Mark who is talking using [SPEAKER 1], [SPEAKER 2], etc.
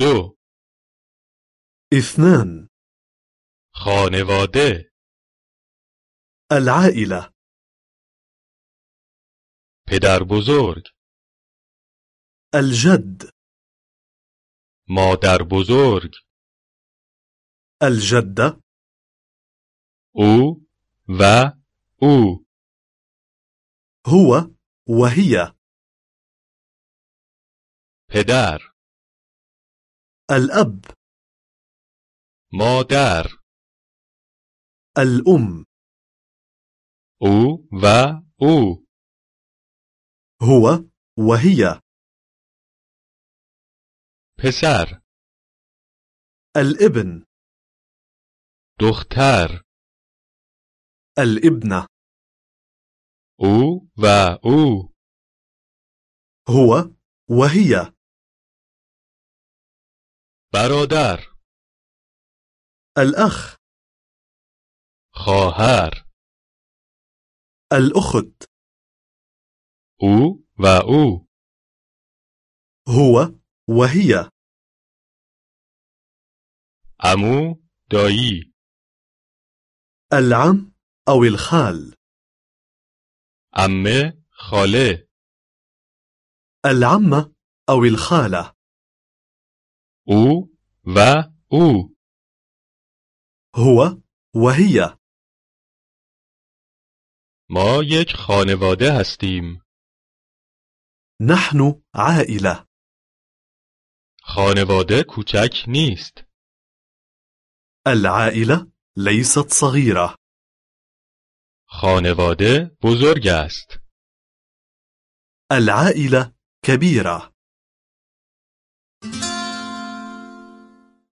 [SPEAKER 1] دو
[SPEAKER 2] اثنان
[SPEAKER 1] خانواده
[SPEAKER 2] العائلة
[SPEAKER 1] پدر بزرگ
[SPEAKER 2] الجد
[SPEAKER 1] مادر بزرگ
[SPEAKER 2] الجدة
[SPEAKER 1] او و او
[SPEAKER 2] هو وهي
[SPEAKER 1] پدر
[SPEAKER 2] الأب
[SPEAKER 1] مادر
[SPEAKER 2] الأم
[SPEAKER 1] او و او
[SPEAKER 2] هو وهي
[SPEAKER 1] پسر
[SPEAKER 2] الابن
[SPEAKER 1] دختر
[SPEAKER 2] الابنة
[SPEAKER 1] او و او
[SPEAKER 2] هو وهي
[SPEAKER 1] برادر
[SPEAKER 2] الأخ
[SPEAKER 1] خواهر
[SPEAKER 2] الأخت
[SPEAKER 1] او و او
[SPEAKER 2] هو وهي
[SPEAKER 1] عمو دایی
[SPEAKER 2] العم أو الخال
[SPEAKER 1] عمه خاله
[SPEAKER 2] العمة أو الخالة
[SPEAKER 1] او و او
[SPEAKER 2] هو وهي
[SPEAKER 1] ما یک خانواده هستیم
[SPEAKER 2] نحن عائلة
[SPEAKER 1] خانواده کوچک نیست
[SPEAKER 2] العائلة ليست صغيرة
[SPEAKER 1] خانواده بزرگ است
[SPEAKER 2] العائلة كبيرة